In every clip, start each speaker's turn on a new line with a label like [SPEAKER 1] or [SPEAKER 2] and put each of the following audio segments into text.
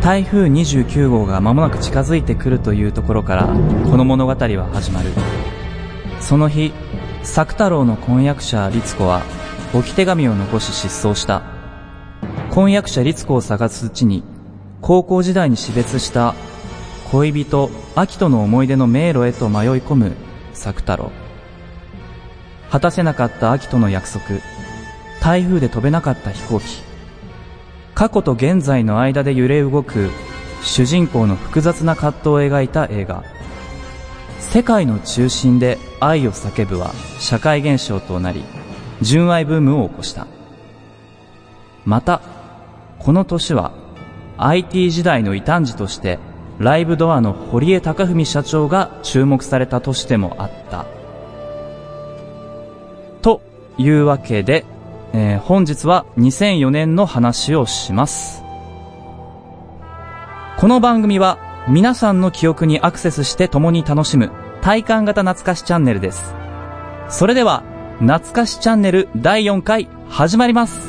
[SPEAKER 1] 台風29号が間もなく近づいてくるというところからこの物語は始まるその日作太郎の婚約者律子は置き手紙を残し失踪した婚約者律子を探すうちに高校時代に死別した恋人明人の思い出の迷路へと迷い込む作太郎果たせなかった明人の約束台風で飛べなかった飛行機過去と現在の間で揺れ動く主人公の複雑な葛藤を描いた映画「世界の中心で愛を叫ぶ」は社会現象となり純愛ブームを起こしたまたこの年は IT 時代の異端児としてライブドアの堀江貴文社長が注目された年でもあったというわけでえー本日は2004年の話をします。この番組は皆さんの記憶にアクセスして共に楽しむ体感型懐かしチャンネルです。それでは、懐かしチャンネル第4回始まります。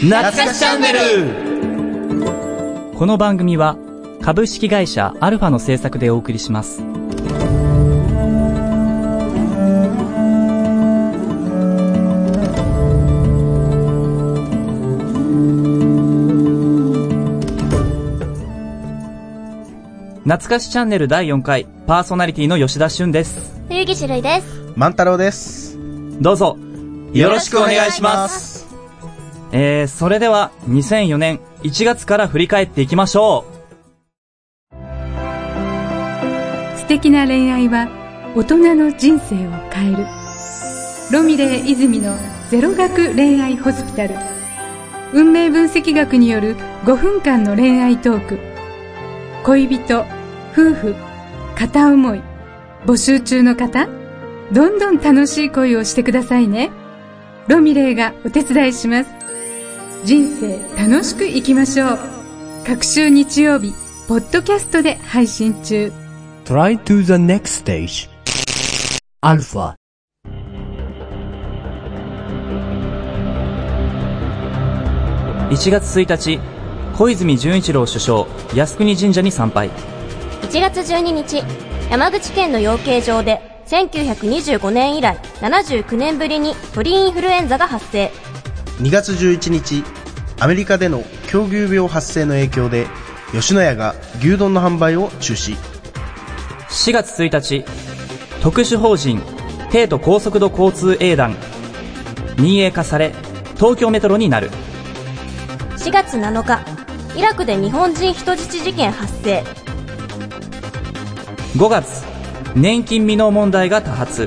[SPEAKER 1] 懐
[SPEAKER 2] かしチャンネル
[SPEAKER 1] この番組は株式会社アルファの制作でお送りします。懐かしチャンネル第4回パーソナリティの吉田俊です。
[SPEAKER 3] 冬木種類です。
[SPEAKER 2] 万太郎です。
[SPEAKER 1] どうぞ。
[SPEAKER 2] よろしくお願いします。
[SPEAKER 1] えー、それでは2004年1月から振り返っていきましょ
[SPEAKER 4] 素敵な恋愛は大人の人生を変えるロミレー泉のゼロ学恋愛ホスピタル運命分析学による5分間の恋愛トーク恋人夫婦片思い募集中の方どんどん楽しい恋をしてくださいねロミレーがお手伝いします人生楽しく生きましょう各週日曜日ポッドキャストで配信中
[SPEAKER 5] Try to the next stage. Alpha.
[SPEAKER 1] う。1月1日、小泉純一郎首相、靖国神社に参拝。
[SPEAKER 3] 1月12日、山口県の養鶏場で、1925年以来79年ぶりに鳥インフルエンザが発生。
[SPEAKER 2] 2月11日、アメリカでの狂牛病発生の影響で、吉野家が牛丼の販売を中止。
[SPEAKER 1] 4月1日、特殊法人、帝都高速度交通営団、民営化され、東京メトロになる。
[SPEAKER 3] 4月7日、イラクで日本人人質事件発生。
[SPEAKER 1] 5月、年金未納問題が多発。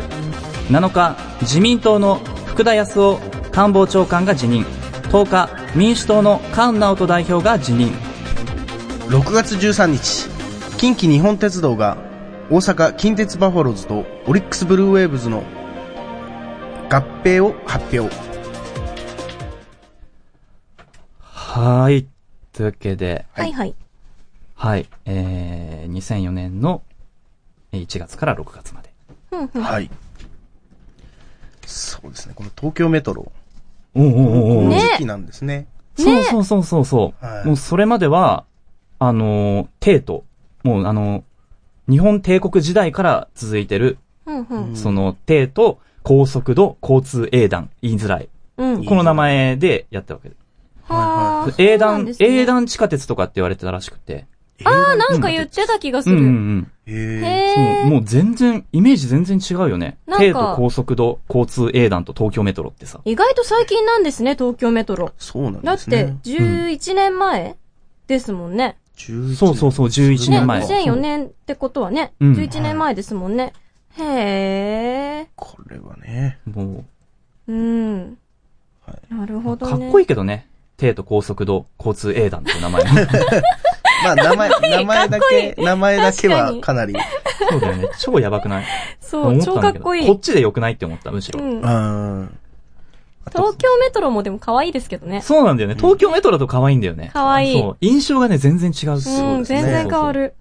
[SPEAKER 1] 7日、自民党の福田康夫官房長官が辞任。10日、民主党の菅直人代表が辞任。
[SPEAKER 2] 6月13日、近畿日本鉄道が、大阪近鉄バファローズとオリックスブルーウェーブズの合併を発表。
[SPEAKER 1] はい。というわけで、
[SPEAKER 3] はいはい。
[SPEAKER 1] はい。えー、2004年のえー1月から6月まで。
[SPEAKER 2] はい。そうですね、この東京メトロ。
[SPEAKER 1] おお
[SPEAKER 2] この
[SPEAKER 3] ね
[SPEAKER 2] 時期なんですね。
[SPEAKER 1] そうそうそうそうそう、
[SPEAKER 2] はい
[SPEAKER 1] もうそれまでは、あのー、帝都。もうあのー、日本帝国時代から続いてる、
[SPEAKER 3] うんうん。
[SPEAKER 1] その帝都高速度交通営団、言いづらい。
[SPEAKER 3] うん。
[SPEAKER 1] この名前でやったわけです。
[SPEAKER 3] はあ
[SPEAKER 1] 営
[SPEAKER 3] そうなん
[SPEAKER 1] 団、
[SPEAKER 3] ですね
[SPEAKER 1] 営団地下鉄とかって言われてたらしくて。
[SPEAKER 3] ああ、なんか言ってた気がす
[SPEAKER 1] うん
[SPEAKER 3] る。
[SPEAKER 1] うんうん。
[SPEAKER 2] へえ。
[SPEAKER 3] へ
[SPEAKER 1] そう
[SPEAKER 3] え。
[SPEAKER 1] もう全然、イメージ全然違うよね。
[SPEAKER 3] なんか
[SPEAKER 1] 帝都高速度交通営団と東京メトロってさ。
[SPEAKER 3] 意外と最近なんですね、東京メトロ。
[SPEAKER 2] そうなん
[SPEAKER 3] だ
[SPEAKER 2] で
[SPEAKER 3] っ
[SPEAKER 2] すね。
[SPEAKER 3] て、11年前ですもんね。
[SPEAKER 2] 11
[SPEAKER 1] そうそうそう、11
[SPEAKER 3] ね、
[SPEAKER 1] 年前。
[SPEAKER 3] 2004年ってことはね、
[SPEAKER 1] うん
[SPEAKER 3] 11年前ですもんね。へえ。
[SPEAKER 2] これはね。
[SPEAKER 1] も
[SPEAKER 3] うん。
[SPEAKER 2] は
[SPEAKER 3] なるほ
[SPEAKER 1] う、
[SPEAKER 3] ど
[SPEAKER 1] か
[SPEAKER 3] ね。
[SPEAKER 1] っこいいけどね。帝都高速度交通営団って名 前。
[SPEAKER 2] まあ、名前、名前だ
[SPEAKER 3] かっこい
[SPEAKER 2] け、
[SPEAKER 3] い
[SPEAKER 2] 名前だけ
[SPEAKER 3] 確か
[SPEAKER 2] は
[SPEAKER 3] に
[SPEAKER 2] かなり。
[SPEAKER 1] そうだよね。超やばくない
[SPEAKER 3] そ
[SPEAKER 1] 思
[SPEAKER 3] う、
[SPEAKER 1] たん
[SPEAKER 3] 超
[SPEAKER 1] だ
[SPEAKER 3] かっ
[SPEAKER 1] けど
[SPEAKER 3] こい
[SPEAKER 1] こ
[SPEAKER 3] い
[SPEAKER 1] っ。ちで良くないって思った、むし
[SPEAKER 3] う
[SPEAKER 1] ろ。
[SPEAKER 3] ん。
[SPEAKER 2] うん。
[SPEAKER 3] 東京メトロもでも可愛いですけどね。
[SPEAKER 1] そうなんだよね。東京メトロだと可愛いんだよね。
[SPEAKER 3] 可愛い
[SPEAKER 1] そう。印象がね、全然違う。
[SPEAKER 3] うん、全
[SPEAKER 2] ね
[SPEAKER 3] 然変わ
[SPEAKER 1] そうそう
[SPEAKER 3] る。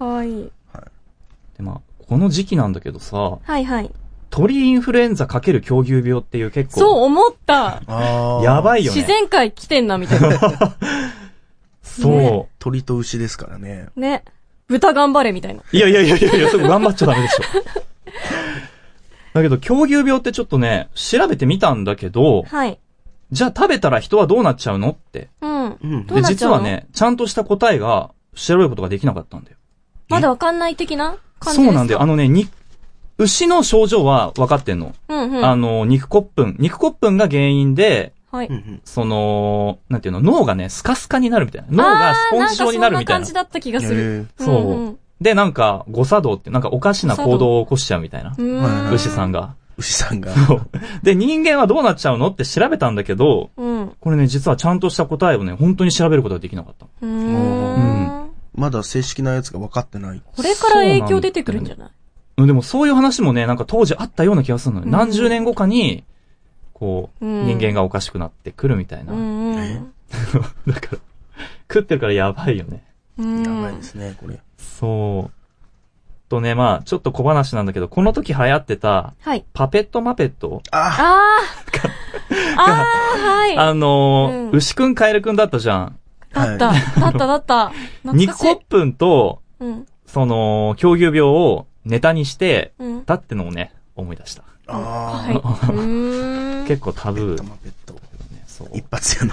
[SPEAKER 3] 可愛い。
[SPEAKER 1] そう。で、まあ、この時期なんだけどさ、
[SPEAKER 3] はいはい。
[SPEAKER 1] 鳥インフルエンザ×狂牛病っていう結
[SPEAKER 6] そう
[SPEAKER 1] 構、
[SPEAKER 6] 思った。
[SPEAKER 2] あ
[SPEAKER 1] やば
[SPEAKER 2] い。
[SPEAKER 1] いよね。
[SPEAKER 6] 自然界来てんな、みた いな。
[SPEAKER 1] そ
[SPEAKER 2] 鳥と牛ですからね。
[SPEAKER 6] ね。豚頑張れ、みたいな。
[SPEAKER 1] う。いやいやいやいやいや、そこ頑張っちゃダメでしょ。だけど、狂牛病ってちょっとね、調べてみたんだけど、
[SPEAKER 6] はい。
[SPEAKER 1] じゃあ食べたら人はどうなっちゃうのって。
[SPEAKER 6] うん。
[SPEAKER 2] うん。
[SPEAKER 6] どう
[SPEAKER 1] で、
[SPEAKER 6] なっち
[SPEAKER 1] 実
[SPEAKER 6] ゃうの
[SPEAKER 1] はね、ちゃんとした答えが調べることができなかったんだよ。
[SPEAKER 6] まだわかんない的な感じで
[SPEAKER 1] そ
[SPEAKER 6] すか
[SPEAKER 1] うなんだよ。あのね、に、牛の症状は分かってんの。
[SPEAKER 6] うんうん。
[SPEAKER 1] あの、肉骨粉。肉骨粉が原因で、
[SPEAKER 6] はい。
[SPEAKER 2] うんうん。
[SPEAKER 1] その、なんていうの、脳がね、スカスカになるみたいな。脳がスポンジ状になるみたい
[SPEAKER 6] あーんかそんな感じ
[SPEAKER 1] な。
[SPEAKER 6] だった気がする。
[SPEAKER 2] え
[SPEAKER 1] そうで、なんか、誤作動って、なんかおかしな行動を起こしちゃうみたいな。
[SPEAKER 6] うんう
[SPEAKER 2] はい
[SPEAKER 6] ん。
[SPEAKER 2] はい
[SPEAKER 1] 牛さんが。
[SPEAKER 2] ー牛さんが。
[SPEAKER 1] で、人間はどうなっちゃうのって調べたんだけど、
[SPEAKER 6] うん。う
[SPEAKER 1] これね、実はちゃんとした答えをね、本当に調べることができなかった。
[SPEAKER 6] ーん。
[SPEAKER 2] まだ正式なやつが分かってない。
[SPEAKER 6] これから影響出てくるんじゃない
[SPEAKER 1] うんでもそういう話もね、なんか当時あったような気がするのよ。
[SPEAKER 6] うん
[SPEAKER 1] 何十年後かに、こう、
[SPEAKER 6] うん
[SPEAKER 1] 人間がおかしくなってくるみたいな。
[SPEAKER 6] うんうん。
[SPEAKER 1] だから、食ってるからやばいよね。
[SPEAKER 6] うん。
[SPEAKER 2] やばいですね、これ。
[SPEAKER 1] そう。とね、まあ、ちょっと小話なんだけど、この時流行ってた、
[SPEAKER 6] はい。
[SPEAKER 1] パペットマペット、
[SPEAKER 2] あ
[SPEAKER 6] ああ。ああ、はい。
[SPEAKER 1] あのー
[SPEAKER 6] うん
[SPEAKER 1] 牛くんカエルくんだったじゃん。
[SPEAKER 6] だった。だった、だった。懐
[SPEAKER 1] 肉
[SPEAKER 6] かしい
[SPEAKER 1] コッ。プンと、
[SPEAKER 6] うん。
[SPEAKER 1] その、狂牛病をネタにして、
[SPEAKER 6] うん。
[SPEAKER 1] だってのをね、思い出した。
[SPEAKER 2] あ。あ
[SPEAKER 6] はい。うーん。
[SPEAKER 1] 結構タブ
[SPEAKER 2] あ。
[SPEAKER 1] ー、
[SPEAKER 2] 玉ペット。
[SPEAKER 1] ね。そう。
[SPEAKER 2] 一発屋の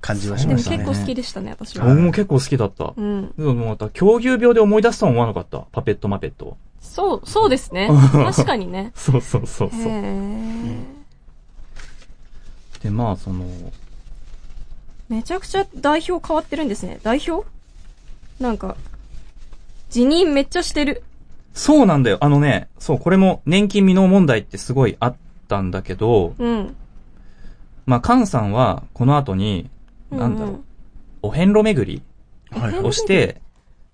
[SPEAKER 2] 感じはし
[SPEAKER 6] で
[SPEAKER 2] ま
[SPEAKER 6] も
[SPEAKER 2] した
[SPEAKER 6] 結
[SPEAKER 2] ね
[SPEAKER 6] 構。好きでしたね、私は。
[SPEAKER 1] 僕も結構好きだった
[SPEAKER 6] う。ん。
[SPEAKER 1] でもまた、狂牛病で思い出すとは思わなかった。パペットマペット。
[SPEAKER 6] そう、そうですね。確かに ね。
[SPEAKER 1] そうそうそう
[SPEAKER 6] へ
[SPEAKER 1] そう。
[SPEAKER 6] え。
[SPEAKER 1] で、まあ、その、
[SPEAKER 6] めちゃくちゃ代表変わってるんですね。代表なんか、辞任めっちゃしてる。
[SPEAKER 1] そうなんだよ。あのね、そう、これも年金未納問題ってすごいあったんだけど、
[SPEAKER 6] うん。
[SPEAKER 1] まあ、カンさんは、この後に、なんだろう、お遍路巡り
[SPEAKER 2] はい
[SPEAKER 6] え
[SPEAKER 1] をして、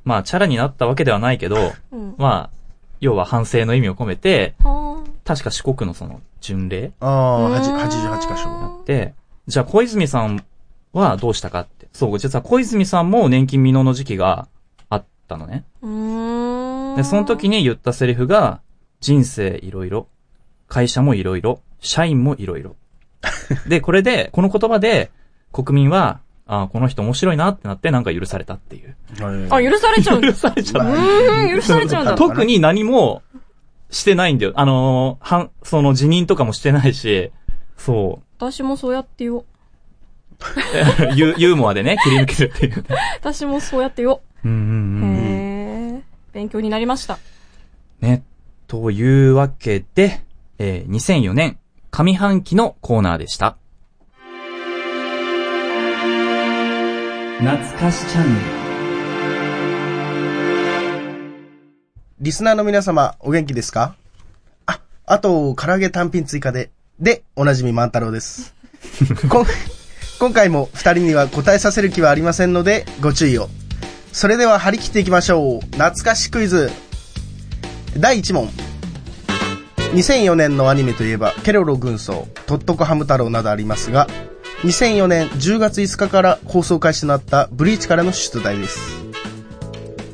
[SPEAKER 1] まあ、チャラになったわけではないけど、
[SPEAKER 6] うんうん。
[SPEAKER 1] まあ、要は反省の意味を込めて、
[SPEAKER 6] は
[SPEAKER 1] 確か四国のその、巡礼
[SPEAKER 2] あ
[SPEAKER 6] あ
[SPEAKER 2] あ、はじ
[SPEAKER 6] うーん
[SPEAKER 2] 88箇所。
[SPEAKER 1] で、じゃあ小泉さんはどうしたかって。そう、実は小泉さんも年金未納の時期があったのね。
[SPEAKER 6] うーん。
[SPEAKER 1] で、その時に言ったセリフが、人生いろいろ、会社もいろいろ、社員もいろいろ。で、これで、この言葉で、国民は、あーこの人面白いなってなってなんか許されたっていう。
[SPEAKER 6] あ、許されちゃうんだ。
[SPEAKER 1] 許されちゃ
[SPEAKER 2] う
[SPEAKER 1] う。
[SPEAKER 2] わ
[SPEAKER 6] うん、許されちゃうんだ。
[SPEAKER 1] 特に何もしてないんだよ。あのー、はん、その辞任とかもしてないし、そう。
[SPEAKER 6] 私もそうやってよ。
[SPEAKER 1] ユユーモアでね、切り抜けるっていう。
[SPEAKER 6] 私もそうやってよ。
[SPEAKER 1] うんうんうん。
[SPEAKER 6] へえ。勉強になりました。
[SPEAKER 1] ね。というわけで、えー2004年上半期のコーナーでした。懐かしチャンネ
[SPEAKER 2] リスナーの皆様、お元気ですかあ、あと、唐揚げ単品追加で。で、おなじみ万太郎です。こん今回も二人には答えさせる気はありませんので、ご注意を。それでは張り切っていきましょう。懐かしクイズ。第1問。2004年のアニメといえば、ケロロ軍曹、トットコハム太郎などありますが、2004年10月5日から放送開始となったブリーチからの出題です。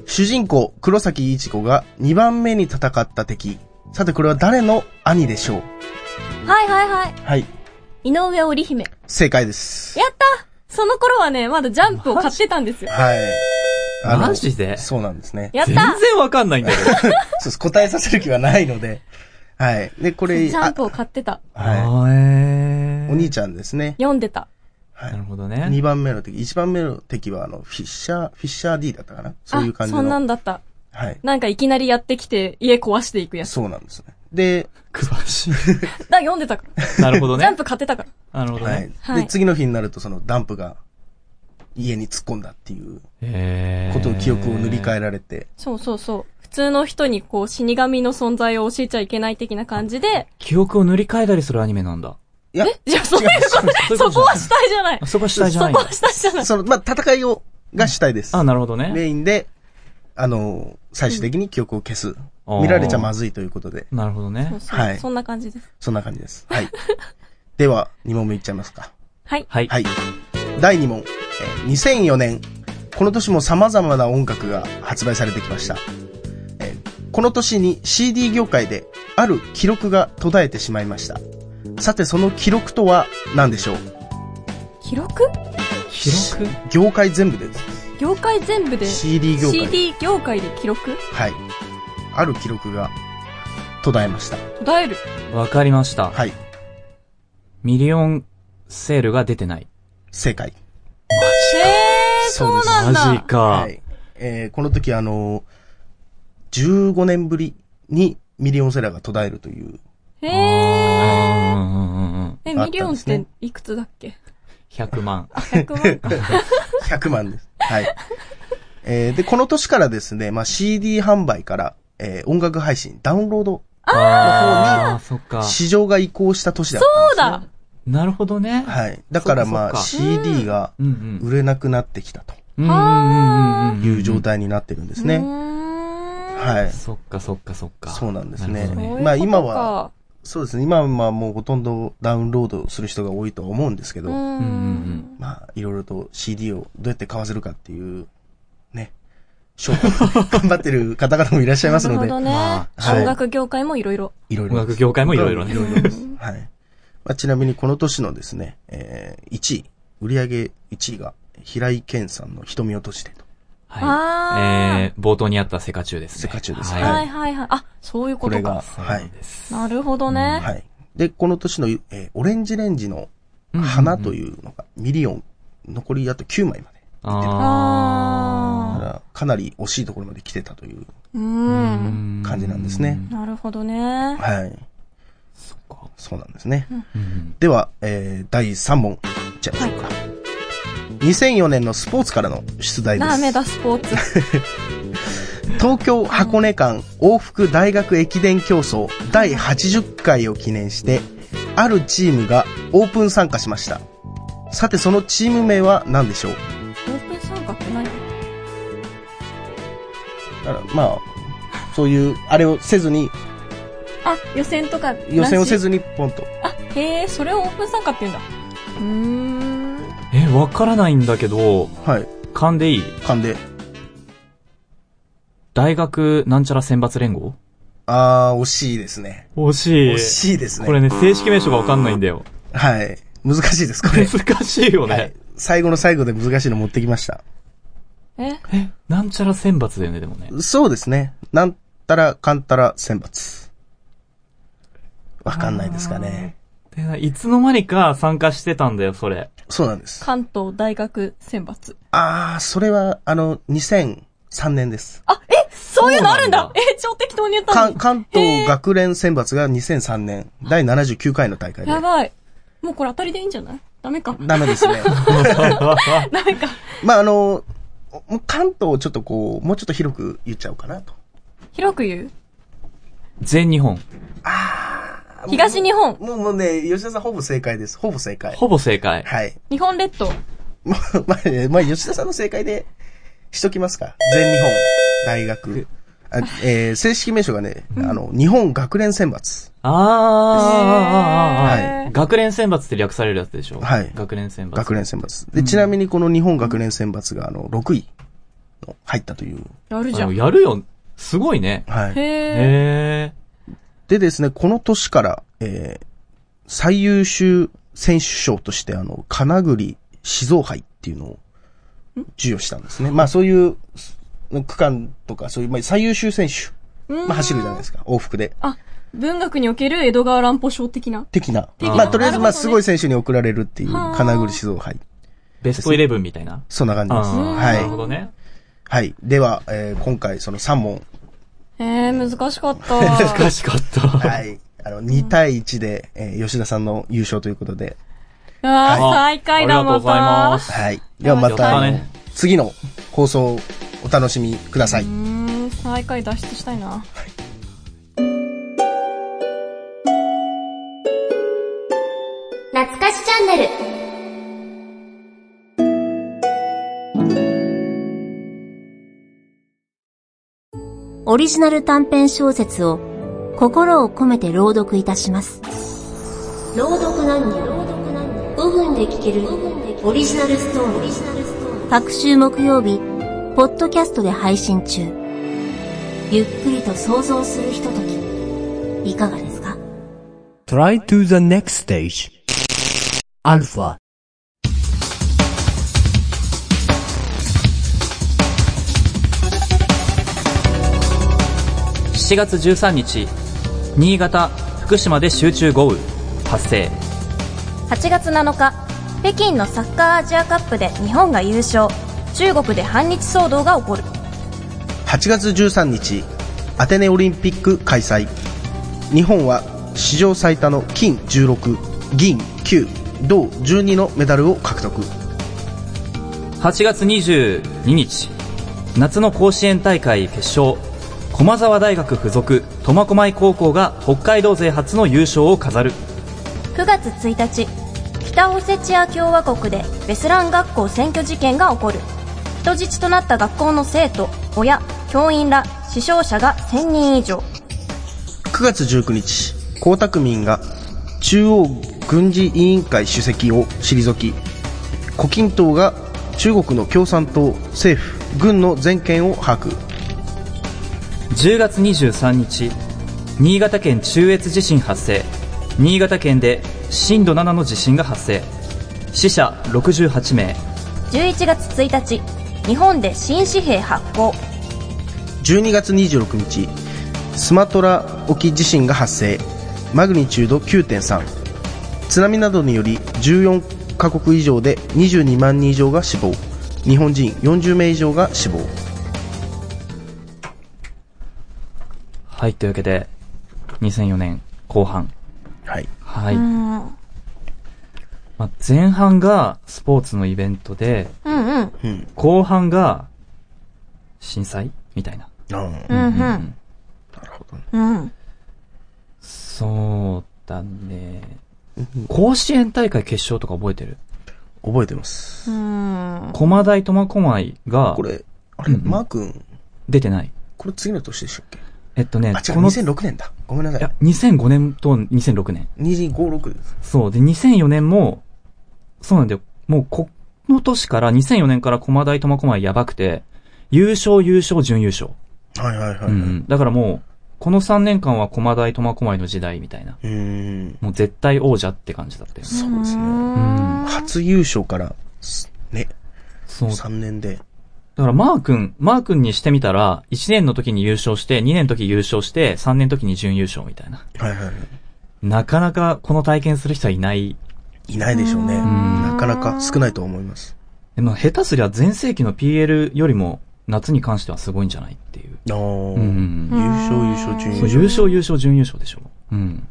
[SPEAKER 2] 主人公、黒崎一子が2番目に戦った敵。さてこれは誰の兄でしょう
[SPEAKER 6] はいはいはい。
[SPEAKER 2] はい。
[SPEAKER 6] 井上織姫。やっ
[SPEAKER 2] 正解です。
[SPEAKER 6] たその頃はね、まだジャンプを買ってたんですよ。
[SPEAKER 2] はい。
[SPEAKER 1] ル。マジで
[SPEAKER 2] そうなんですね。
[SPEAKER 6] やっ
[SPEAKER 1] 全
[SPEAKER 6] た
[SPEAKER 1] 然わかんないんだけど。
[SPEAKER 2] そうです。答えさせる気はないので。はい。で、これ、
[SPEAKER 6] ジャンプを買ってた。
[SPEAKER 2] あは
[SPEAKER 1] あー
[SPEAKER 2] い。
[SPEAKER 1] え
[SPEAKER 2] お兄
[SPEAKER 1] ー、
[SPEAKER 2] ちゃんですね。
[SPEAKER 6] 読んでた。
[SPEAKER 2] は
[SPEAKER 1] ないる。ほど
[SPEAKER 2] 2
[SPEAKER 1] ね。
[SPEAKER 2] 番目の敵、1番目の敵はあの、フィッシャー、フィッシャー D だったかなそういう
[SPEAKER 6] あ、
[SPEAKER 2] 感じ
[SPEAKER 6] そんな
[SPEAKER 2] の。
[SPEAKER 6] んだった。
[SPEAKER 2] はい。
[SPEAKER 6] なんかいきなりやってきて、家壊していくやつ。
[SPEAKER 2] そうなんですね。で、
[SPEAKER 1] 詳し
[SPEAKER 6] だ、読んでたから。
[SPEAKER 1] い。なるほど
[SPEAKER 6] ジャン
[SPEAKER 1] ね。
[SPEAKER 6] プ買ってたから。
[SPEAKER 1] なるほどね。
[SPEAKER 6] は
[SPEAKER 2] はい。で、
[SPEAKER 6] い
[SPEAKER 2] 次の日になるとそのダンプが家に突っ込んだっていう
[SPEAKER 1] えー
[SPEAKER 2] ことの記憶を塗り替えられて、
[SPEAKER 6] そうそうそう。普通の人にこう死神の存在を教えちゃいけない的な感じで、
[SPEAKER 1] 記憶を塗り替えたりするアニメなんだ。
[SPEAKER 2] いや、
[SPEAKER 6] じ ゃあそういう
[SPEAKER 1] 違
[SPEAKER 6] こ
[SPEAKER 1] う
[SPEAKER 6] と、そこは主体じゃない
[SPEAKER 1] あ。そこは主体じゃ
[SPEAKER 6] そ
[SPEAKER 1] ないん
[SPEAKER 6] こ
[SPEAKER 1] だ
[SPEAKER 6] は。主体じゃない。
[SPEAKER 2] その、まあ、戦いを、が主体です
[SPEAKER 1] あ、。なるほどね。
[SPEAKER 2] メインで、あの、最終的に記憶を消す。
[SPEAKER 1] あー
[SPEAKER 2] 見られちゃまずいということで、
[SPEAKER 1] なるほど
[SPEAKER 6] そ
[SPEAKER 1] ね
[SPEAKER 6] う。そう
[SPEAKER 2] はい
[SPEAKER 6] そんな感じです。
[SPEAKER 2] そんな感じです。はい。では、2問目いっちゃいますか。
[SPEAKER 6] はい。
[SPEAKER 1] はい。
[SPEAKER 2] はい。第2問。えー2004年。この年も様々な音楽が発売されてきました。えーこの年に CD 業界である記録が途絶えてしまいました。さて、その記録とは何でしょう
[SPEAKER 6] 記録
[SPEAKER 1] 記録
[SPEAKER 2] 業界全部です。
[SPEAKER 6] 業界全部で
[SPEAKER 2] CD 業界。
[SPEAKER 6] CD 業界で記録
[SPEAKER 2] はい。ある記録が途絶えました。
[SPEAKER 6] 途絶える。
[SPEAKER 1] わかりました。
[SPEAKER 2] はい。
[SPEAKER 1] ミリオンセールが出てない。
[SPEAKER 2] 正解。
[SPEAKER 6] へえ、
[SPEAKER 2] そ
[SPEAKER 6] そう
[SPEAKER 2] うです
[SPEAKER 6] なんだ。
[SPEAKER 1] マジか。
[SPEAKER 2] はい。えーこの時あのー、15年ぶりにミリオンセラーが途絶えるという、
[SPEAKER 6] へえ。
[SPEAKER 1] うんうんうんうん
[SPEAKER 6] え、
[SPEAKER 2] あったんですね
[SPEAKER 6] ミリオンっていくつだっけ
[SPEAKER 1] 100万。
[SPEAKER 6] あ ?100 万か。
[SPEAKER 2] 100万です。はい。えーで、この年からですね、まあ、CD 販売から、えー音楽配信、ダウンロード、
[SPEAKER 1] ああ、そっか。
[SPEAKER 2] 市場が移行した年だっ
[SPEAKER 6] そう
[SPEAKER 2] たん
[SPEAKER 6] だ
[SPEAKER 2] です、ね。
[SPEAKER 1] なるほどね。い。
[SPEAKER 2] はい。だからまあ、
[SPEAKER 1] そ
[SPEAKER 2] CD が
[SPEAKER 1] うん
[SPEAKER 2] 売れなくなってきたと
[SPEAKER 1] うん。うんうんうんうん。
[SPEAKER 2] いう状態になってるんです
[SPEAKER 6] うー
[SPEAKER 2] ね。
[SPEAKER 6] ん
[SPEAKER 2] はい。
[SPEAKER 1] そっかそっかそっか。
[SPEAKER 2] そうなんですね
[SPEAKER 1] なるほど
[SPEAKER 6] そういうことか
[SPEAKER 2] まあ今は、そうですね。今はまあもうほとんどダウンロードする人が多いとは思うんですけど、
[SPEAKER 6] うー
[SPEAKER 1] うんうん
[SPEAKER 6] ん。
[SPEAKER 2] まあ、いろいろと CD をどうやって買わせるかっていう、ね、商売頑張ってる方々もいらっしゃいます
[SPEAKER 6] なる
[SPEAKER 2] の
[SPEAKER 6] ほ
[SPEAKER 2] で、
[SPEAKER 6] どね。
[SPEAKER 1] ま
[SPEAKER 2] あはい
[SPEAKER 6] 音楽業界もいろいろ。
[SPEAKER 2] いろ
[SPEAKER 1] う
[SPEAKER 2] い
[SPEAKER 1] ん。音
[SPEAKER 2] ろ
[SPEAKER 1] 楽
[SPEAKER 2] です。
[SPEAKER 1] 業界もいろいろね。
[SPEAKER 2] はい。まあ、ちなみにこの年のですね、えー、1位、売上1位が、平井堅さんの瞳を閉じてと。
[SPEAKER 6] あ
[SPEAKER 1] はい。えー、冒頭にあったセカチュウですね。
[SPEAKER 2] セカチュウです
[SPEAKER 1] は
[SPEAKER 2] ね
[SPEAKER 1] い。
[SPEAKER 6] はいはいはい。あ、そういう
[SPEAKER 2] こ
[SPEAKER 6] こ
[SPEAKER 2] れ
[SPEAKER 6] と
[SPEAKER 2] が、
[SPEAKER 6] か。
[SPEAKER 1] は
[SPEAKER 2] はいい。。
[SPEAKER 6] なるほどね。
[SPEAKER 2] はい。で、この年の、えーオレンジレンジの
[SPEAKER 1] うん
[SPEAKER 2] 花というのが、ミリオン、残りあと9枚まで。だか
[SPEAKER 1] あ
[SPEAKER 2] ら、かなり惜しいところまで来てたという
[SPEAKER 6] う
[SPEAKER 1] あ。
[SPEAKER 6] ん。
[SPEAKER 2] 感じなんですね。
[SPEAKER 6] なるほどね。
[SPEAKER 2] はい。
[SPEAKER 1] そっか。
[SPEAKER 2] そうなんですね。
[SPEAKER 1] うん
[SPEAKER 2] では、えー、第3問、いっちゃいましょうか。2004年のスポーツからの出題です。
[SPEAKER 6] ダメだ、スポーツ。
[SPEAKER 2] 東京箱根間往復大学駅伝競争第80回を記念して、あるチームがオープン参加しました。さて、そのチーム名は何でしょう
[SPEAKER 6] オープン参加って何
[SPEAKER 2] だからまあ、そういう、あれをせずに、
[SPEAKER 6] あ、予選とか。
[SPEAKER 2] 予選をせ
[SPEAKER 6] ず。
[SPEAKER 2] ずにポンと。
[SPEAKER 6] あ、へえ、それをオープン参加って言うんだ。うーん。
[SPEAKER 1] え、わからないんだけど、
[SPEAKER 2] はい。
[SPEAKER 1] 勘でいい
[SPEAKER 2] 噛んで。
[SPEAKER 1] 大学なんちゃら選抜連合
[SPEAKER 2] あー、惜しいですね。
[SPEAKER 1] 惜しい。
[SPEAKER 2] 惜しいですね。
[SPEAKER 1] これね、正式名称がわかんないんだよ。
[SPEAKER 2] はい。難しいです、これ。
[SPEAKER 1] 難しいよ
[SPEAKER 2] はい
[SPEAKER 1] ね。。
[SPEAKER 2] 最後の最後で難しいの持ってきました。
[SPEAKER 6] え、
[SPEAKER 1] え、なんちゃら選抜だよね、でもね。
[SPEAKER 2] そうですね。なんたらかんたら選抜。わかんないですかね。
[SPEAKER 1] でいつの間にか参加してたんだよ、そ れ。
[SPEAKER 2] そうなんです。
[SPEAKER 6] 関東大学選抜。
[SPEAKER 2] あー、それは、あの、2003年です。
[SPEAKER 6] あ、え、そういうのあるんだ
[SPEAKER 1] そうなん
[SPEAKER 6] え、超適当に言った
[SPEAKER 2] 関
[SPEAKER 6] の
[SPEAKER 2] 関東学連選抜が2003年、第79回の大会で
[SPEAKER 6] や。ばい。もうこれ当たりでいいんじゃないダメか。
[SPEAKER 2] ダメですね。
[SPEAKER 6] ダメか。
[SPEAKER 2] まあ、あの、もう関東をちょっとこう、もうちょっと広く言っちゃおうかなと。
[SPEAKER 6] 広く言う
[SPEAKER 1] 全日本。
[SPEAKER 6] 東日本、
[SPEAKER 2] もうもうね、吉田さんほぼ正解です。ほぼ正解。
[SPEAKER 1] ほぼ正解。
[SPEAKER 2] はい。
[SPEAKER 6] 日本列島。
[SPEAKER 2] まあ、まあね、まあ、吉田さんの正解でしときますか。全日本大学。あえー正式名称がね、あの、日本学連選抜。
[SPEAKER 1] あーあー、あーあー、あー
[SPEAKER 6] はい
[SPEAKER 1] 学連選抜って略されるやつでしょ
[SPEAKER 2] はい
[SPEAKER 1] 学連選抜。
[SPEAKER 2] 学連選抜。で、ちなみにこの日本学連選抜が、あの、6位の入ったという。
[SPEAKER 6] やるじ
[SPEAKER 1] あ
[SPEAKER 6] ゃ
[SPEAKER 1] の
[SPEAKER 6] ん。へ
[SPEAKER 1] やるよ。すごいね。
[SPEAKER 2] はい。
[SPEAKER 6] え。
[SPEAKER 1] へえ。
[SPEAKER 2] でですね、この年から、えー最優秀選手賞として、あの、金栗静岡杯っていうのを授与したんですね。まあ、そういう区間とか、そういう、まあ、最優秀選手。
[SPEAKER 6] うーん
[SPEAKER 2] まあ、走るじゃないですか。往復で。
[SPEAKER 6] あ、文学における江戸川乱歩賞的な。
[SPEAKER 2] 的な。
[SPEAKER 1] な
[SPEAKER 2] まあ、とりあえ
[SPEAKER 6] なる
[SPEAKER 2] ず、ま
[SPEAKER 6] ほど
[SPEAKER 2] あ、
[SPEAKER 6] ね
[SPEAKER 2] すごい選手に贈られるっていう、
[SPEAKER 6] はあ
[SPEAKER 2] 金栗静岡杯。
[SPEAKER 1] ベストイレブンみたいな。
[SPEAKER 2] そんな感じです。
[SPEAKER 1] ああ、なるほ
[SPEAKER 2] は
[SPEAKER 1] どね。
[SPEAKER 2] い。はい。では、えー今回、その3問。
[SPEAKER 6] へえ、難しかった。
[SPEAKER 1] 難しかった。
[SPEAKER 2] はい。 あの、2対1で、えー吉田さんの優勝ということで。
[SPEAKER 6] ああ、
[SPEAKER 1] はい
[SPEAKER 6] 最下位だ、
[SPEAKER 1] あり
[SPEAKER 6] ま
[SPEAKER 1] がとうございま
[SPEAKER 6] た。
[SPEAKER 1] す
[SPEAKER 2] はい。では、ま
[SPEAKER 1] やった
[SPEAKER 2] た、
[SPEAKER 1] ね
[SPEAKER 2] 次の放送をお楽しみください。
[SPEAKER 6] うーん、最下位脱出したいな。
[SPEAKER 3] 懐かしチャンネル
[SPEAKER 7] オリジナル短編小説を心を込めて朗読いたします。朗読なんに5分で聞けるオリジナルストーリー。各週木曜日、ポッドキャストで配信中。ゆっくりと想像するひととき、いかがですか
[SPEAKER 5] Try to the next stage. Alpha.
[SPEAKER 1] 7月13日新潟福島で集中豪雨発生
[SPEAKER 3] 8月7日北京のサッカーアジアカップで日本が優勝中国で反日騒動が起こる
[SPEAKER 2] 8月13日アテネオリンピック開催日本は史上最多の金16銀9銅12のメダルを獲得
[SPEAKER 1] 8月22日夏の甲子園大会決勝駒沢大学附属苫小牧高校が北海道勢初の優勝を飾る
[SPEAKER 3] 9月1日北オセチア共和国でベスラン学校占拠事件が起こる人質となった学校の生徒親教員ら死傷者が1000人以上
[SPEAKER 2] 9月19日江沢民が中央軍事委員会主席を退き胡錦涛が中国の共産党政府軍の全権を把握
[SPEAKER 1] 10月23日新潟県中越地震発生新潟県で震度7の地震が発生死者68名
[SPEAKER 3] 11月1日日本で新紙幣発行
[SPEAKER 2] 12月26日スマトラ沖地震が発生マグニチュード9.3津波などにより14カ国以上で22万人以上が死亡日本人40名以上が死亡
[SPEAKER 1] はいというわけで2004年後半
[SPEAKER 2] はい
[SPEAKER 1] はい、
[SPEAKER 6] うん
[SPEAKER 1] まあ、前半がスポーツのイベントで
[SPEAKER 6] うんうん。
[SPEAKER 2] うん
[SPEAKER 1] 後半が震災みたいな
[SPEAKER 2] あー
[SPEAKER 6] うんうん。
[SPEAKER 2] なるほどね
[SPEAKER 6] うん。
[SPEAKER 1] そうだね甲子園大会決勝とか覚えてる
[SPEAKER 2] 覚えてます
[SPEAKER 6] うん。
[SPEAKER 1] 駒大苫小牧が
[SPEAKER 2] これあれ
[SPEAKER 1] うんうん
[SPEAKER 2] マー君
[SPEAKER 1] 出てない
[SPEAKER 2] これ次の年でしたっけ
[SPEAKER 1] えっとね
[SPEAKER 2] あ違
[SPEAKER 1] こ
[SPEAKER 2] う
[SPEAKER 1] の
[SPEAKER 2] 2006年だごめんないさい
[SPEAKER 1] や2005年と2006年
[SPEAKER 2] 2256です
[SPEAKER 1] そう。で、2004年も、そうなんだよ。もうこの年から、2004年から駒大苫小牧やばくて、優勝、優勝、準優勝。
[SPEAKER 2] はいはいはいは
[SPEAKER 1] う
[SPEAKER 2] い
[SPEAKER 1] んうん。だからもう、この3年間は駒大苫小牧の時代みたいな。
[SPEAKER 2] うーん
[SPEAKER 1] もう絶対王者って感じだったよ。
[SPEAKER 2] そうですね
[SPEAKER 1] うん。
[SPEAKER 2] 初優勝からすね
[SPEAKER 1] そう。だ
[SPEAKER 2] 3年で
[SPEAKER 1] からマー君、マー君にしてみたら、1年の時に優勝して、2年の時優勝して、3年の時に準優勝みたいな。
[SPEAKER 2] はいはいはい
[SPEAKER 1] なかなかこの体験する人はいない。
[SPEAKER 2] いないでしょうね
[SPEAKER 1] ん
[SPEAKER 2] なかなか少ないと思います
[SPEAKER 1] でも下手すりゃ前世紀の PL よりも、夏に関してはすごいんじゃないっていう。
[SPEAKER 2] ああ
[SPEAKER 1] う
[SPEAKER 2] 優
[SPEAKER 1] ん。
[SPEAKER 2] 勝優勝準優
[SPEAKER 1] そう、
[SPEAKER 2] 勝
[SPEAKER 1] 優勝、優勝、準優勝でしょ。うん。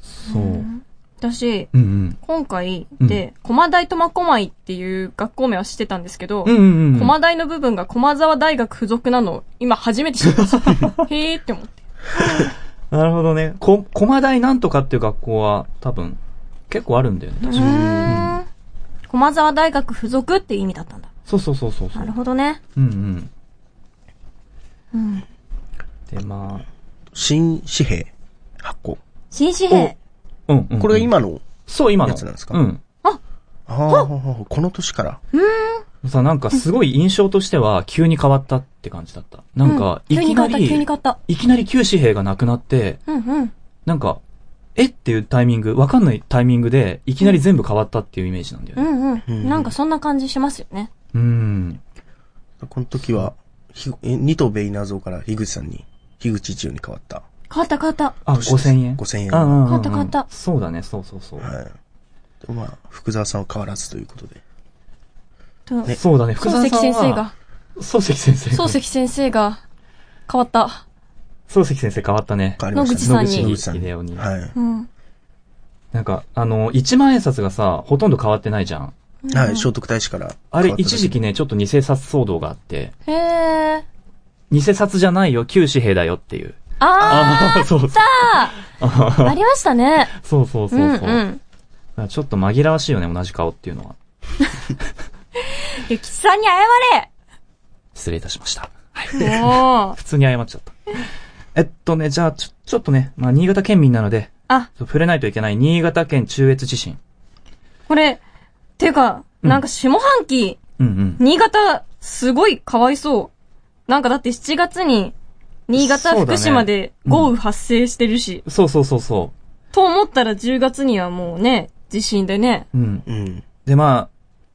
[SPEAKER 1] そう。うん
[SPEAKER 6] 私、
[SPEAKER 1] うん。
[SPEAKER 6] 今回で、駒大苫小牧っていう学校名は知ってたんですけど、
[SPEAKER 1] うんうんうん。
[SPEAKER 6] 駒大の部分が駒沢大学附属なの、今初めて知りま した。へーって思って。
[SPEAKER 1] なるほどね。こ、駒大なんとかっていう学校は多分結構あるんだよね。確か
[SPEAKER 6] 駒沢大学附属っていう意味だったんだ。
[SPEAKER 1] そうそうそうそうそ
[SPEAKER 6] な
[SPEAKER 1] う
[SPEAKER 6] る。ほどね。
[SPEAKER 1] うんうん。うん。で、ま
[SPEAKER 2] 新紙幣発行
[SPEAKER 6] 新紙幣。
[SPEAKER 1] あ、うん、うん。
[SPEAKER 2] これが、今の
[SPEAKER 1] そう、今の。
[SPEAKER 2] やつなんですか
[SPEAKER 1] うん。
[SPEAKER 2] ああこの年から
[SPEAKER 1] さ、なんかすごい印象としては急に変わったって感じだった。なんか、い
[SPEAKER 6] 急に
[SPEAKER 1] き
[SPEAKER 6] 変わ
[SPEAKER 1] な
[SPEAKER 6] った、急に変
[SPEAKER 1] り、
[SPEAKER 6] わった。
[SPEAKER 1] いきなり旧紙幣がなくなって、
[SPEAKER 6] うんうん。
[SPEAKER 1] なんか、えっていうタイミング、わかんないタイミングで、いきなり全部変わったっていうイメージなんだよ
[SPEAKER 6] う
[SPEAKER 1] ね。
[SPEAKER 6] んう
[SPEAKER 2] うん
[SPEAKER 6] ん。なんかそんな感じしますよね。
[SPEAKER 1] うん。こ
[SPEAKER 2] この時はひえ二頭ベイナゾーから樋口さんに樋口一葉に変わった
[SPEAKER 6] 変わった変わった。
[SPEAKER 1] あ、
[SPEAKER 2] 年です
[SPEAKER 1] 5000円。
[SPEAKER 2] 5000円
[SPEAKER 1] ああああ
[SPEAKER 6] 買った買った
[SPEAKER 1] そうだね、そうそうそう。
[SPEAKER 2] はいでまあ福沢さんは変わらずということで
[SPEAKER 6] と
[SPEAKER 2] ね
[SPEAKER 1] そうだね、福
[SPEAKER 6] 漱
[SPEAKER 1] 沢
[SPEAKER 6] 石
[SPEAKER 1] さんは。
[SPEAKER 6] 先生が、
[SPEAKER 1] 漱石先生が。
[SPEAKER 6] 漱石先生が変わった。
[SPEAKER 1] 漱石先生変わったね。
[SPEAKER 2] 変わりました
[SPEAKER 6] 野口さんに
[SPEAKER 2] 野口さん
[SPEAKER 1] 野口秀夫に
[SPEAKER 2] はい
[SPEAKER 6] うん。
[SPEAKER 1] なんか、あの、1万円札がさ、ほとんど変わってないじゃん。
[SPEAKER 2] はい、聖徳太子から。
[SPEAKER 1] あれ、一時期
[SPEAKER 2] ね。
[SPEAKER 1] ね、ちょっと偽札騒動があって、
[SPEAKER 6] へー。
[SPEAKER 1] 偽札じゃないよ、旧紙幣だよっていう。
[SPEAKER 6] あ
[SPEAKER 1] ああ、 そうそう。
[SPEAKER 6] ー、ありましたね。
[SPEAKER 1] そうそうそうそ
[SPEAKER 6] う
[SPEAKER 1] う。
[SPEAKER 6] んうん。
[SPEAKER 1] だからちょっと紛らわしいよね、同じ顔っていうのは。
[SPEAKER 6] ゆきさんに謝
[SPEAKER 1] 失礼いたしました。
[SPEAKER 6] れもう。
[SPEAKER 1] 普通に謝っちゃった。 えっとね、じゃあ、ちょ、ちょっとね、まあ、新潟県民なので、
[SPEAKER 6] あ、
[SPEAKER 1] 触れないといけない新潟県中越地震。
[SPEAKER 6] これ、ていうか、
[SPEAKER 1] うん
[SPEAKER 6] なんか下半期、
[SPEAKER 1] うんうん。
[SPEAKER 6] 新潟、すごいかわいそう。なんかだって7月に、新潟、
[SPEAKER 1] そうだね
[SPEAKER 6] 福島で豪雨発生してるし、
[SPEAKER 1] そうそうそうそ
[SPEAKER 6] と思ったら10月にはもうね、地震でね。
[SPEAKER 1] う。うん。
[SPEAKER 2] うん。
[SPEAKER 1] で、まあ、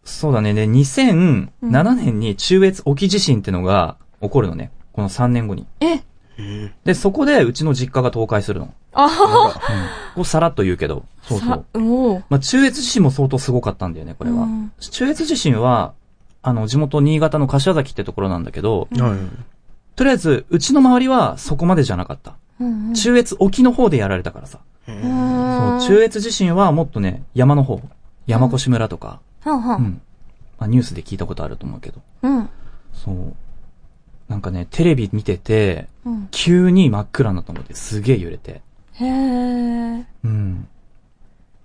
[SPEAKER 1] そうだね。で、2007年に中越沖地震ってのが起こるのね。この3年後に。
[SPEAKER 6] え、
[SPEAKER 1] で、そこでうちの実家が倒壊するの。
[SPEAKER 6] あはは。
[SPEAKER 1] こうさらっと言うけど。そうそ
[SPEAKER 6] さ
[SPEAKER 1] う。、
[SPEAKER 6] おう
[SPEAKER 1] まあ、中越地震も相当すごかったんだよね、これは。
[SPEAKER 6] うん
[SPEAKER 1] 中越地震は、あの、地元新潟の柏崎ってところなんだけど、
[SPEAKER 2] はい。
[SPEAKER 1] とりあえず、うちの周りはそこまでじゃなかった。
[SPEAKER 6] うんうん
[SPEAKER 1] 中越沖の方でやられたからさ。そう、中越地震はもっとね、山の方。山越村とか。
[SPEAKER 3] はんは。
[SPEAKER 1] うんん。まあ、ニュースで聞いたことあると思うけど。
[SPEAKER 3] うん。
[SPEAKER 1] そう。なんかね、テレビ見てて、
[SPEAKER 3] うん
[SPEAKER 1] 急に真っ暗になったので、すげえ揺れて。
[SPEAKER 3] へえ。
[SPEAKER 1] うん。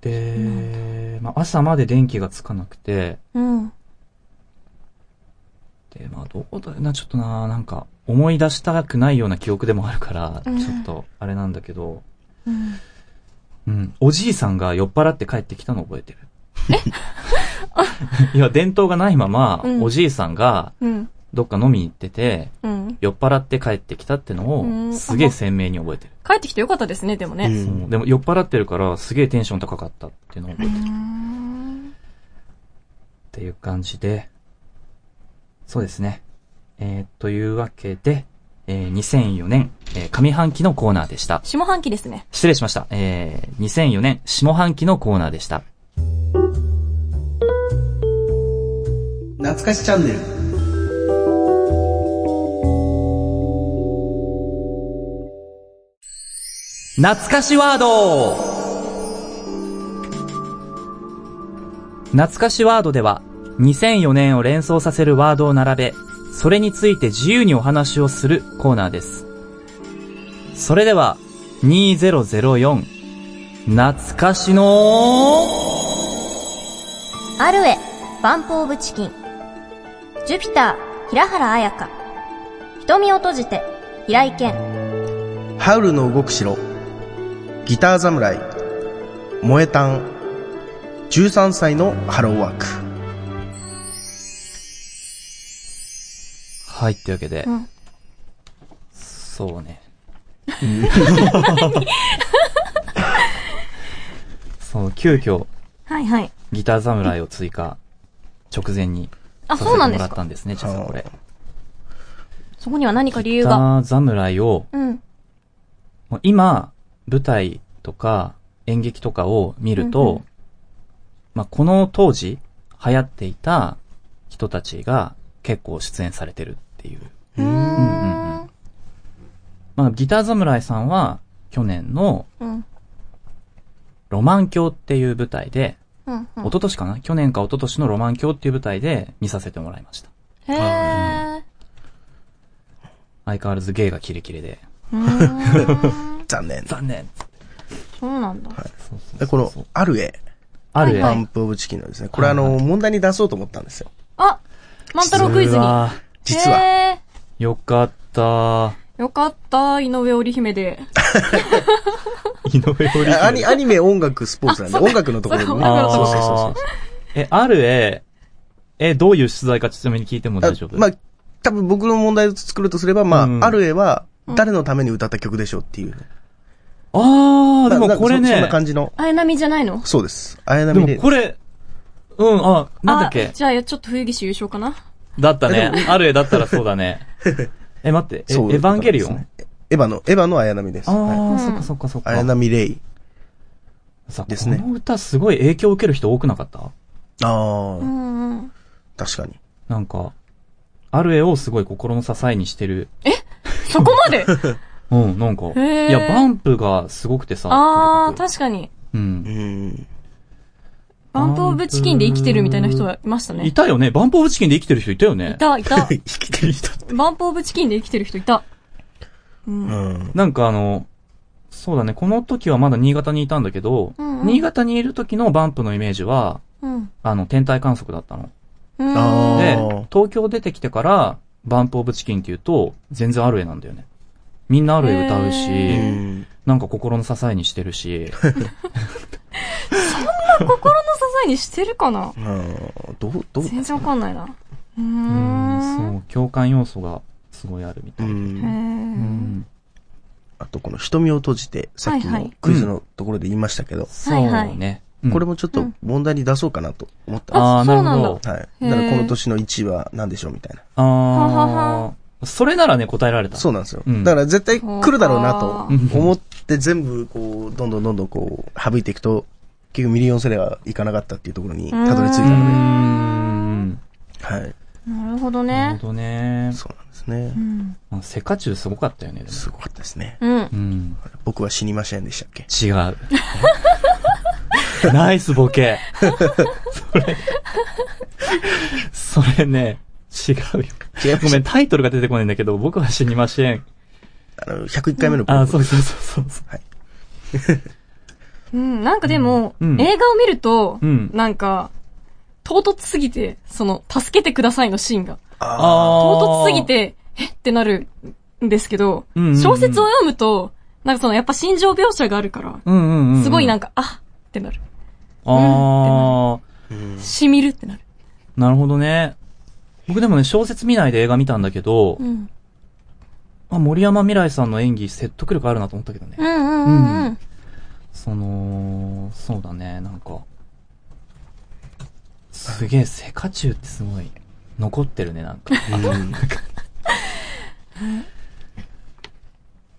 [SPEAKER 1] で、まあ、朝まで電気がつかなくて、
[SPEAKER 3] うん。
[SPEAKER 1] で、まあ、どうだよな、ちょっとな、なんか、思い出したくないような記憶でもあるから、ちょっと、あれなんだけど、うん。おじいさんが酔っ払って帰ってきたの覚えてる。え いや、伝統がないまま、
[SPEAKER 6] うん
[SPEAKER 1] おじいさんが、
[SPEAKER 6] うん。
[SPEAKER 1] どっか飲みに行ってて、
[SPEAKER 6] うん。
[SPEAKER 1] 酔っ払って帰ってきたってのを、
[SPEAKER 6] うん
[SPEAKER 1] すげえ鮮明に覚えてる。
[SPEAKER 6] 帰ってきてよかったですね、でも
[SPEAKER 2] う
[SPEAKER 6] ね。
[SPEAKER 2] ん
[SPEAKER 1] そうでも酔っ払ってるから、すげえテンション高かったっていうのを覚えてる。っていう感じで、そうですね。えー、というわけで、えー、2004年、えー上半期のコーナーでした。
[SPEAKER 6] 下半期ですね。
[SPEAKER 1] 失礼しました。えー、2004年下半期のコーナーでした。
[SPEAKER 2] 懐かしチャンネル。
[SPEAKER 1] 懐かしワード懐かしワードでは、2004年を連想させるワードを並べ、それについて自由にお話をするコーナーです。それでは、2004、懐かしの
[SPEAKER 3] アルエ、バンプオブチキン。ジュピター、平原綾香。瞳を閉じて、平井堅。
[SPEAKER 2] ハウルの動く城、ギター侍、萌えたん、13歳のハローワーク。
[SPEAKER 1] はい、というわけで、
[SPEAKER 3] ん
[SPEAKER 1] そうね。 そう、急遽、
[SPEAKER 6] はいはい。
[SPEAKER 1] ギター侍を追加、直前に。
[SPEAKER 6] あ、
[SPEAKER 1] さ
[SPEAKER 6] そ
[SPEAKER 1] せ
[SPEAKER 6] う
[SPEAKER 1] て
[SPEAKER 6] なんで
[SPEAKER 1] もら
[SPEAKER 6] す
[SPEAKER 1] った
[SPEAKER 6] か。
[SPEAKER 1] んですね、ちょっとこれ。
[SPEAKER 6] そこには何か理由
[SPEAKER 1] ギタ
[SPEAKER 6] が。
[SPEAKER 1] ー侍を、
[SPEAKER 6] うん。
[SPEAKER 1] もう今、舞台とか演劇とかを見ると、
[SPEAKER 6] うんうん
[SPEAKER 1] まあ、この当時流行っていた人たちが結構出演されてるっていう。うんうんうんまあ、ギター侍さんは去年の、
[SPEAKER 3] うん
[SPEAKER 1] ロマン教っていう舞台で、
[SPEAKER 3] うんうん
[SPEAKER 1] 一昨年かな去年か一昨年のロマン教っていう舞台で見させてもらいました。
[SPEAKER 6] へえ。
[SPEAKER 1] 相変わらず芸がキレキレで。
[SPEAKER 6] うーん
[SPEAKER 2] 残念。
[SPEAKER 1] 残念
[SPEAKER 6] そうなんだ。
[SPEAKER 1] そうそう
[SPEAKER 2] でこの、ある絵、
[SPEAKER 1] ある絵
[SPEAKER 2] パンプオブチキンのですね、これあの、問題に出そうと思ったんですよ。
[SPEAKER 6] あ、万太郎クイズ
[SPEAKER 1] う
[SPEAKER 6] に。
[SPEAKER 1] わ
[SPEAKER 2] 実は。
[SPEAKER 6] へ
[SPEAKER 1] ーよかった。
[SPEAKER 6] ーよかった、井上織姫で。
[SPEAKER 1] 井 上織姫。
[SPEAKER 2] アニアニメ、音楽、スポーツ なんで、音楽のところにね。
[SPEAKER 6] あー
[SPEAKER 2] そうそうそうそう。
[SPEAKER 1] え、ある絵、え、どういう出題かちなみに聞いても大丈夫
[SPEAKER 2] まあ、多分僕の問題を作るとすれば、まあ、
[SPEAKER 1] うん
[SPEAKER 2] ある絵は、誰のために歌った曲でしょうっていう。
[SPEAKER 1] あー、でも
[SPEAKER 2] な
[SPEAKER 1] これ
[SPEAKER 2] なそそ
[SPEAKER 1] ね
[SPEAKER 2] んな、感じの。
[SPEAKER 6] あやなみじゃないの
[SPEAKER 2] そうです。綾
[SPEAKER 1] で
[SPEAKER 2] 波
[SPEAKER 1] も
[SPEAKER 2] レイ
[SPEAKER 1] これ、うん、あ、なんだっ
[SPEAKER 6] あ
[SPEAKER 1] け
[SPEAKER 6] じゃあ、ちょっと冬岸優勝かな
[SPEAKER 1] だったね。ある絵だったらそうだ ね。え、待って、えエ
[SPEAKER 2] そう
[SPEAKER 1] ヴァンゲリオン、
[SPEAKER 2] エヴァの、エヴァの綾波です。
[SPEAKER 1] あー、
[SPEAKER 2] は
[SPEAKER 1] そっかそっかそっ
[SPEAKER 2] い綾
[SPEAKER 1] か。
[SPEAKER 2] 波レイ。
[SPEAKER 1] さ、
[SPEAKER 2] ですね
[SPEAKER 1] この歌すごい影響を受ける人多くなかった
[SPEAKER 2] あ
[SPEAKER 6] う
[SPEAKER 2] あ、
[SPEAKER 6] んうん。
[SPEAKER 2] 確かに。
[SPEAKER 1] なんか、ある絵をすごい心の支えにしてる。
[SPEAKER 6] そこまで
[SPEAKER 1] うん、なんか。
[SPEAKER 6] へー
[SPEAKER 1] いや、バンプがすごくてさ。
[SPEAKER 6] あー、
[SPEAKER 1] とにか
[SPEAKER 6] 確かに。
[SPEAKER 1] くうん
[SPEAKER 2] う。 ん。
[SPEAKER 6] バンプオブチキンで生きてるみたいな人はいました
[SPEAKER 1] い
[SPEAKER 6] ね。
[SPEAKER 1] たよね。バンプオブチキンで生きてる人いたよね。
[SPEAKER 6] い。た、いた。
[SPEAKER 2] 生きてる人。
[SPEAKER 6] バンプオブチキンで生きてる人いた。
[SPEAKER 2] うん。
[SPEAKER 1] なんかあの、そうだね。この時はまだ新潟にいたんだけど、
[SPEAKER 6] んうん
[SPEAKER 1] 新潟にいる時のバンプのイメージは、
[SPEAKER 6] うん。
[SPEAKER 1] あの、天体観測だったの。
[SPEAKER 6] うん
[SPEAKER 2] あ
[SPEAKER 1] で
[SPEAKER 2] ー、
[SPEAKER 1] 東京出てきてから、バンプオブチキンっていうと、全然アルエなんだよね。みんなアルエ歌うし、
[SPEAKER 2] う
[SPEAKER 6] へ
[SPEAKER 2] ん。
[SPEAKER 1] なんか心の支えにしてるし、
[SPEAKER 6] 心の支えにしてるかな
[SPEAKER 2] うんどう、どう
[SPEAKER 6] 全然わかんないな。うー
[SPEAKER 1] うん
[SPEAKER 6] ん。
[SPEAKER 1] そう、共感要素がすごいあるみた
[SPEAKER 2] う
[SPEAKER 1] い。
[SPEAKER 6] へ
[SPEAKER 2] ん。
[SPEAKER 1] う
[SPEAKER 6] ー
[SPEAKER 1] ん
[SPEAKER 2] とこの瞳を閉じて、さっき
[SPEAKER 6] はいは
[SPEAKER 2] の
[SPEAKER 6] い
[SPEAKER 2] クイズのところで言いましたけど、
[SPEAKER 6] はいはい
[SPEAKER 1] そうね。うん
[SPEAKER 2] これもちょっと問題に出そうかなと思ったん
[SPEAKER 1] ああ、
[SPEAKER 6] そ
[SPEAKER 1] なる
[SPEAKER 6] うなんだ
[SPEAKER 1] ほど。
[SPEAKER 2] です。はい。
[SPEAKER 6] へー
[SPEAKER 2] だからこの年の1位は何でしょうみたいな。
[SPEAKER 1] あ
[SPEAKER 6] はは
[SPEAKER 1] あ。それならね、答えられた。
[SPEAKER 2] そうなんですよ。
[SPEAKER 1] うん
[SPEAKER 2] だから絶対来るだろうなと
[SPEAKER 1] うん
[SPEAKER 2] 思って全部こう、どんどんどんどんこう、省いていくと、結局ミリオンセレはいかなかったっていうところにたどり着いうた
[SPEAKER 1] ー
[SPEAKER 2] の
[SPEAKER 1] ん。な
[SPEAKER 2] で、はい。
[SPEAKER 6] なるほど
[SPEAKER 1] る
[SPEAKER 6] ね。
[SPEAKER 1] ほどね。
[SPEAKER 2] そうなんですね。
[SPEAKER 1] あセカチュウすごかったよね、です
[SPEAKER 2] ごかったですね。
[SPEAKER 6] うん
[SPEAKER 1] う。ん。
[SPEAKER 2] 僕は死にませんでしたっけ
[SPEAKER 1] 違う。ナイスボケ。それ、それね、違うよ。
[SPEAKER 2] 違い ま
[SPEAKER 1] ご
[SPEAKER 2] す
[SPEAKER 1] めん、タイトルが出てこないんだけど、僕は死にません。
[SPEAKER 2] あの、101回目の
[SPEAKER 1] あ、そうそうそうそう。
[SPEAKER 2] はい。
[SPEAKER 6] うん、なんかでも、
[SPEAKER 1] うん
[SPEAKER 6] 映画を見ると、
[SPEAKER 1] うん
[SPEAKER 6] なんか、唐突すぎて、その、助けてくださいのシーンが。
[SPEAKER 1] あ
[SPEAKER 6] 唐突すぎ
[SPEAKER 1] ー。
[SPEAKER 6] て、えってなるんですけど、
[SPEAKER 1] うんうんうん
[SPEAKER 6] 小説を読むと、なんかその、やっぱ心情描写があるから、
[SPEAKER 1] うんうんうん。
[SPEAKER 6] すごいなんんか、あってなる。
[SPEAKER 1] ああ、
[SPEAKER 6] 染みるってなる。
[SPEAKER 1] なるほどね。僕でもね、小説見ないで映画見たんだけど、
[SPEAKER 6] うん。
[SPEAKER 1] あ、森山未来さんの演技説得力あるなと思ったけどね。
[SPEAKER 6] うんうんうん
[SPEAKER 1] う
[SPEAKER 6] うん。
[SPEAKER 1] その、そうだね、なんか。すげえ、セカチュウってすごい、残ってるね、なんか。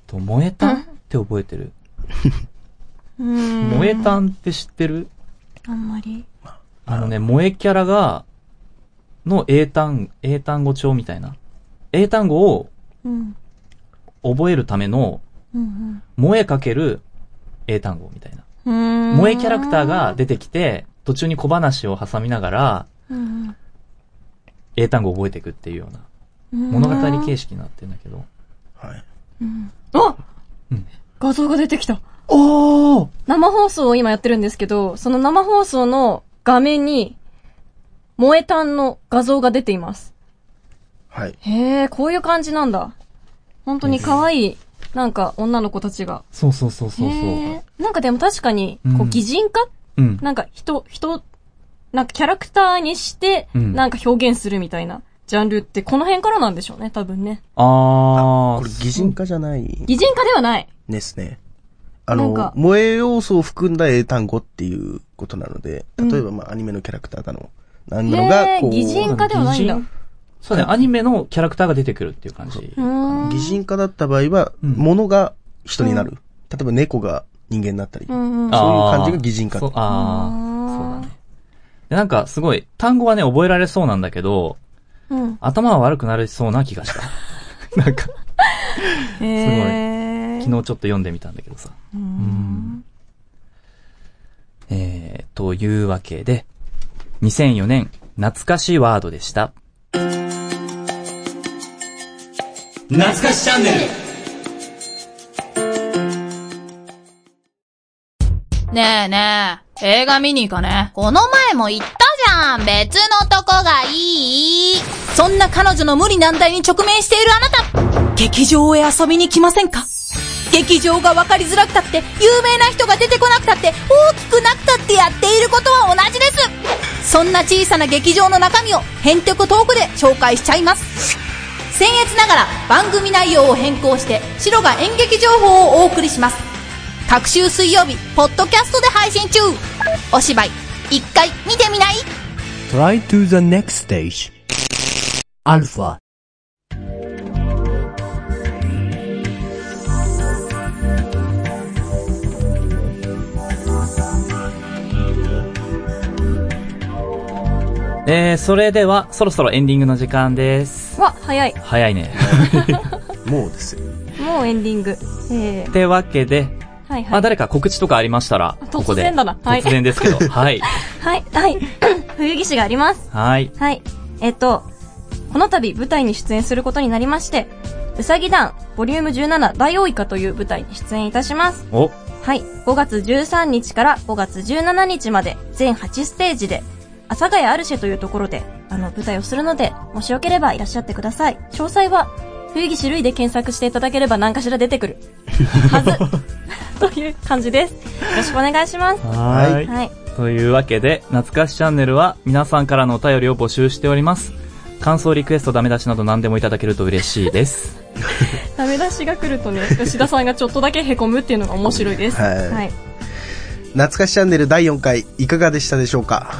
[SPEAKER 1] と、萌えたんって覚えてる
[SPEAKER 6] うん。
[SPEAKER 1] 萌えたんって知ってる
[SPEAKER 6] あんまり。
[SPEAKER 1] あのね、萌えキャラが、の英単、英単語帳みたいな。英単語を
[SPEAKER 6] うん。
[SPEAKER 1] 覚えるための、
[SPEAKER 6] うん
[SPEAKER 1] 萌えかける英単語みたいな。
[SPEAKER 6] うん。
[SPEAKER 1] 萌えキャラクターが出てきて、途中に小話を挟みながら、
[SPEAKER 6] うん
[SPEAKER 1] 英単語を覚えていくっていうような、
[SPEAKER 6] うん、
[SPEAKER 1] 物語形式になってんだけど。
[SPEAKER 2] はい。
[SPEAKER 6] あ
[SPEAKER 1] うん
[SPEAKER 6] 画像が出てきた。
[SPEAKER 1] おー
[SPEAKER 6] 生放送を今やってるんですけど、その生放送の画面に、萌えたんの画像が出ています。
[SPEAKER 2] はい。
[SPEAKER 6] へえ、こういう感じなんだ。本当に可愛い、なんか女の子たちが。
[SPEAKER 1] そうそうそうそうそう。
[SPEAKER 6] へえ。なんかでも確かに、こ
[SPEAKER 1] う
[SPEAKER 6] う、
[SPEAKER 1] ん
[SPEAKER 6] 擬人化、
[SPEAKER 1] うん。
[SPEAKER 6] なんか人、人、なんかキャラクターにして、
[SPEAKER 1] うん
[SPEAKER 6] なんか表現するみたいなジャンルってこの辺からなんでしょうね、多分ね。
[SPEAKER 1] あー。
[SPEAKER 2] これ擬人化じゃない
[SPEAKER 6] 擬人化ではない。
[SPEAKER 2] ですね。あ
[SPEAKER 6] なんか
[SPEAKER 2] の、萌え要素を含んだ英単語っていうことなので、例えばまあアニメのキャラクターだの、なんだの
[SPEAKER 6] へ
[SPEAKER 2] が、
[SPEAKER 6] ー
[SPEAKER 2] こう、
[SPEAKER 6] 擬人化ではないんだ
[SPEAKER 1] 擬人そうだね、アニメのキャラクターが出てくるっていう感じ。
[SPEAKER 6] うーん。
[SPEAKER 2] 擬人化だった場合は、
[SPEAKER 1] うん
[SPEAKER 2] 物が人になる。例えば猫が人間になったり、
[SPEAKER 6] う
[SPEAKER 2] そうん
[SPEAKER 6] うん。
[SPEAKER 2] いう
[SPEAKER 1] あー
[SPEAKER 2] 感じが擬人化
[SPEAKER 1] そう。あー。そうだね。でなんか、すごい、単語はね、覚えられそうなんだけど、
[SPEAKER 6] うん。
[SPEAKER 1] 頭は悪くなりそうな気がした。なんか、
[SPEAKER 6] へえ。
[SPEAKER 1] 昨日ちょっと読んでみたんだけどさ。うんえー、というわけで、2004年、懐かしいワードでした。
[SPEAKER 5] 懐かしチャンネル
[SPEAKER 8] ねえねえ、映画見に行かね。
[SPEAKER 9] この前も言ったじゃん別のとこがいい
[SPEAKER 8] そんな彼女の無理難題に直面しているあなた劇場へ遊びに来ませんか劇場が分かりづらくたって、有名な人が出てこなくたって、大きくなくたってやっていることは同じですそんな小さな劇場の中身を、ヘンテコトークで紹介しちゃいます僭越ながら番組内容を変更して、白が演劇情報をお送りします。
[SPEAKER 9] 各週水曜日、ポッドキャストで配信中お芝居、一回見てみない
[SPEAKER 5] Try to the next stage. Alpha.
[SPEAKER 1] えー、それでは、そろそろエンディングの時間です。
[SPEAKER 6] わ、早い。
[SPEAKER 1] 早 いね。
[SPEAKER 2] もうですよ。
[SPEAKER 6] もうエンディング。ええ
[SPEAKER 1] ってわけで、
[SPEAKER 6] はい
[SPEAKER 1] ま
[SPEAKER 6] は
[SPEAKER 1] あ
[SPEAKER 6] い。
[SPEAKER 1] 誰か告知とかありましたら、ここ
[SPEAKER 6] 突
[SPEAKER 1] で。
[SPEAKER 6] 然だなはい
[SPEAKER 1] 突然ですけど。 はい。
[SPEAKER 6] はい、はい。 冬木氏があります。
[SPEAKER 1] はい。
[SPEAKER 6] はい。えっと、この度舞台に出演することになりまして、うさぎ団、ボリューム17、大王イカという舞台に出演いたします。
[SPEAKER 1] お、
[SPEAKER 6] はい。5月13日から5月17日まで、全8ステージで、阿佐ヶ谷アルシェというところで、あの、舞台をするので、もしよければいらっしゃってください。詳細は、冬木種類で検索していただければ何かしら出てくる。はず。という感じです。よろしくお願いします。
[SPEAKER 1] は。
[SPEAKER 2] はい
[SPEAKER 6] はい。
[SPEAKER 1] というわけで、懐かしチャンネルは皆さんからのお便りを募集しております。感想リクエストダメ出しなど何でもいただけると嬉しいです。
[SPEAKER 3] ダメ出しが来るとね、吉田さんがちょっとだけ凹むっていうのが面白いです。
[SPEAKER 2] はい
[SPEAKER 3] はい。
[SPEAKER 2] 懐かしチャンネル第4回いかがでしたでしょうか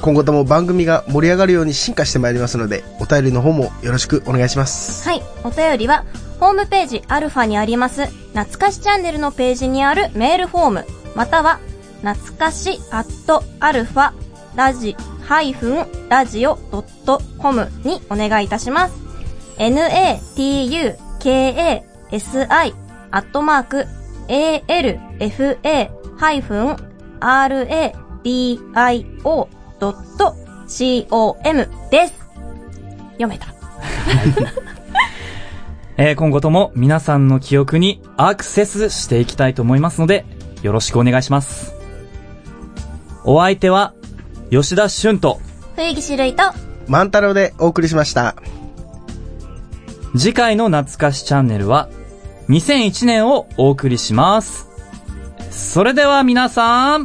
[SPEAKER 2] 今後とも番組が盛り上がるように進化してまいりますのでお便りの方もよろしくお願いします
[SPEAKER 3] はい。お便りは、ホームページアルファにあります、懐かしチャンネルのページにあるメールフォーム、または、懐かしアットアルファラジハイフンラジオドットコムにお願いいたします。natukasi アットマーク alfa ハイフン radio ドット com です。読めた。
[SPEAKER 1] えー今後とも皆さんの記憶にアクセスしていきたいと思いますので、よろしくお願いします。お相手は、吉田俊と、
[SPEAKER 3] 冬木種類と、
[SPEAKER 2] 万太郎でお送りしました
[SPEAKER 1] 次回の懐かしチャンネルは、2001年をお送りします。それでは皆さん、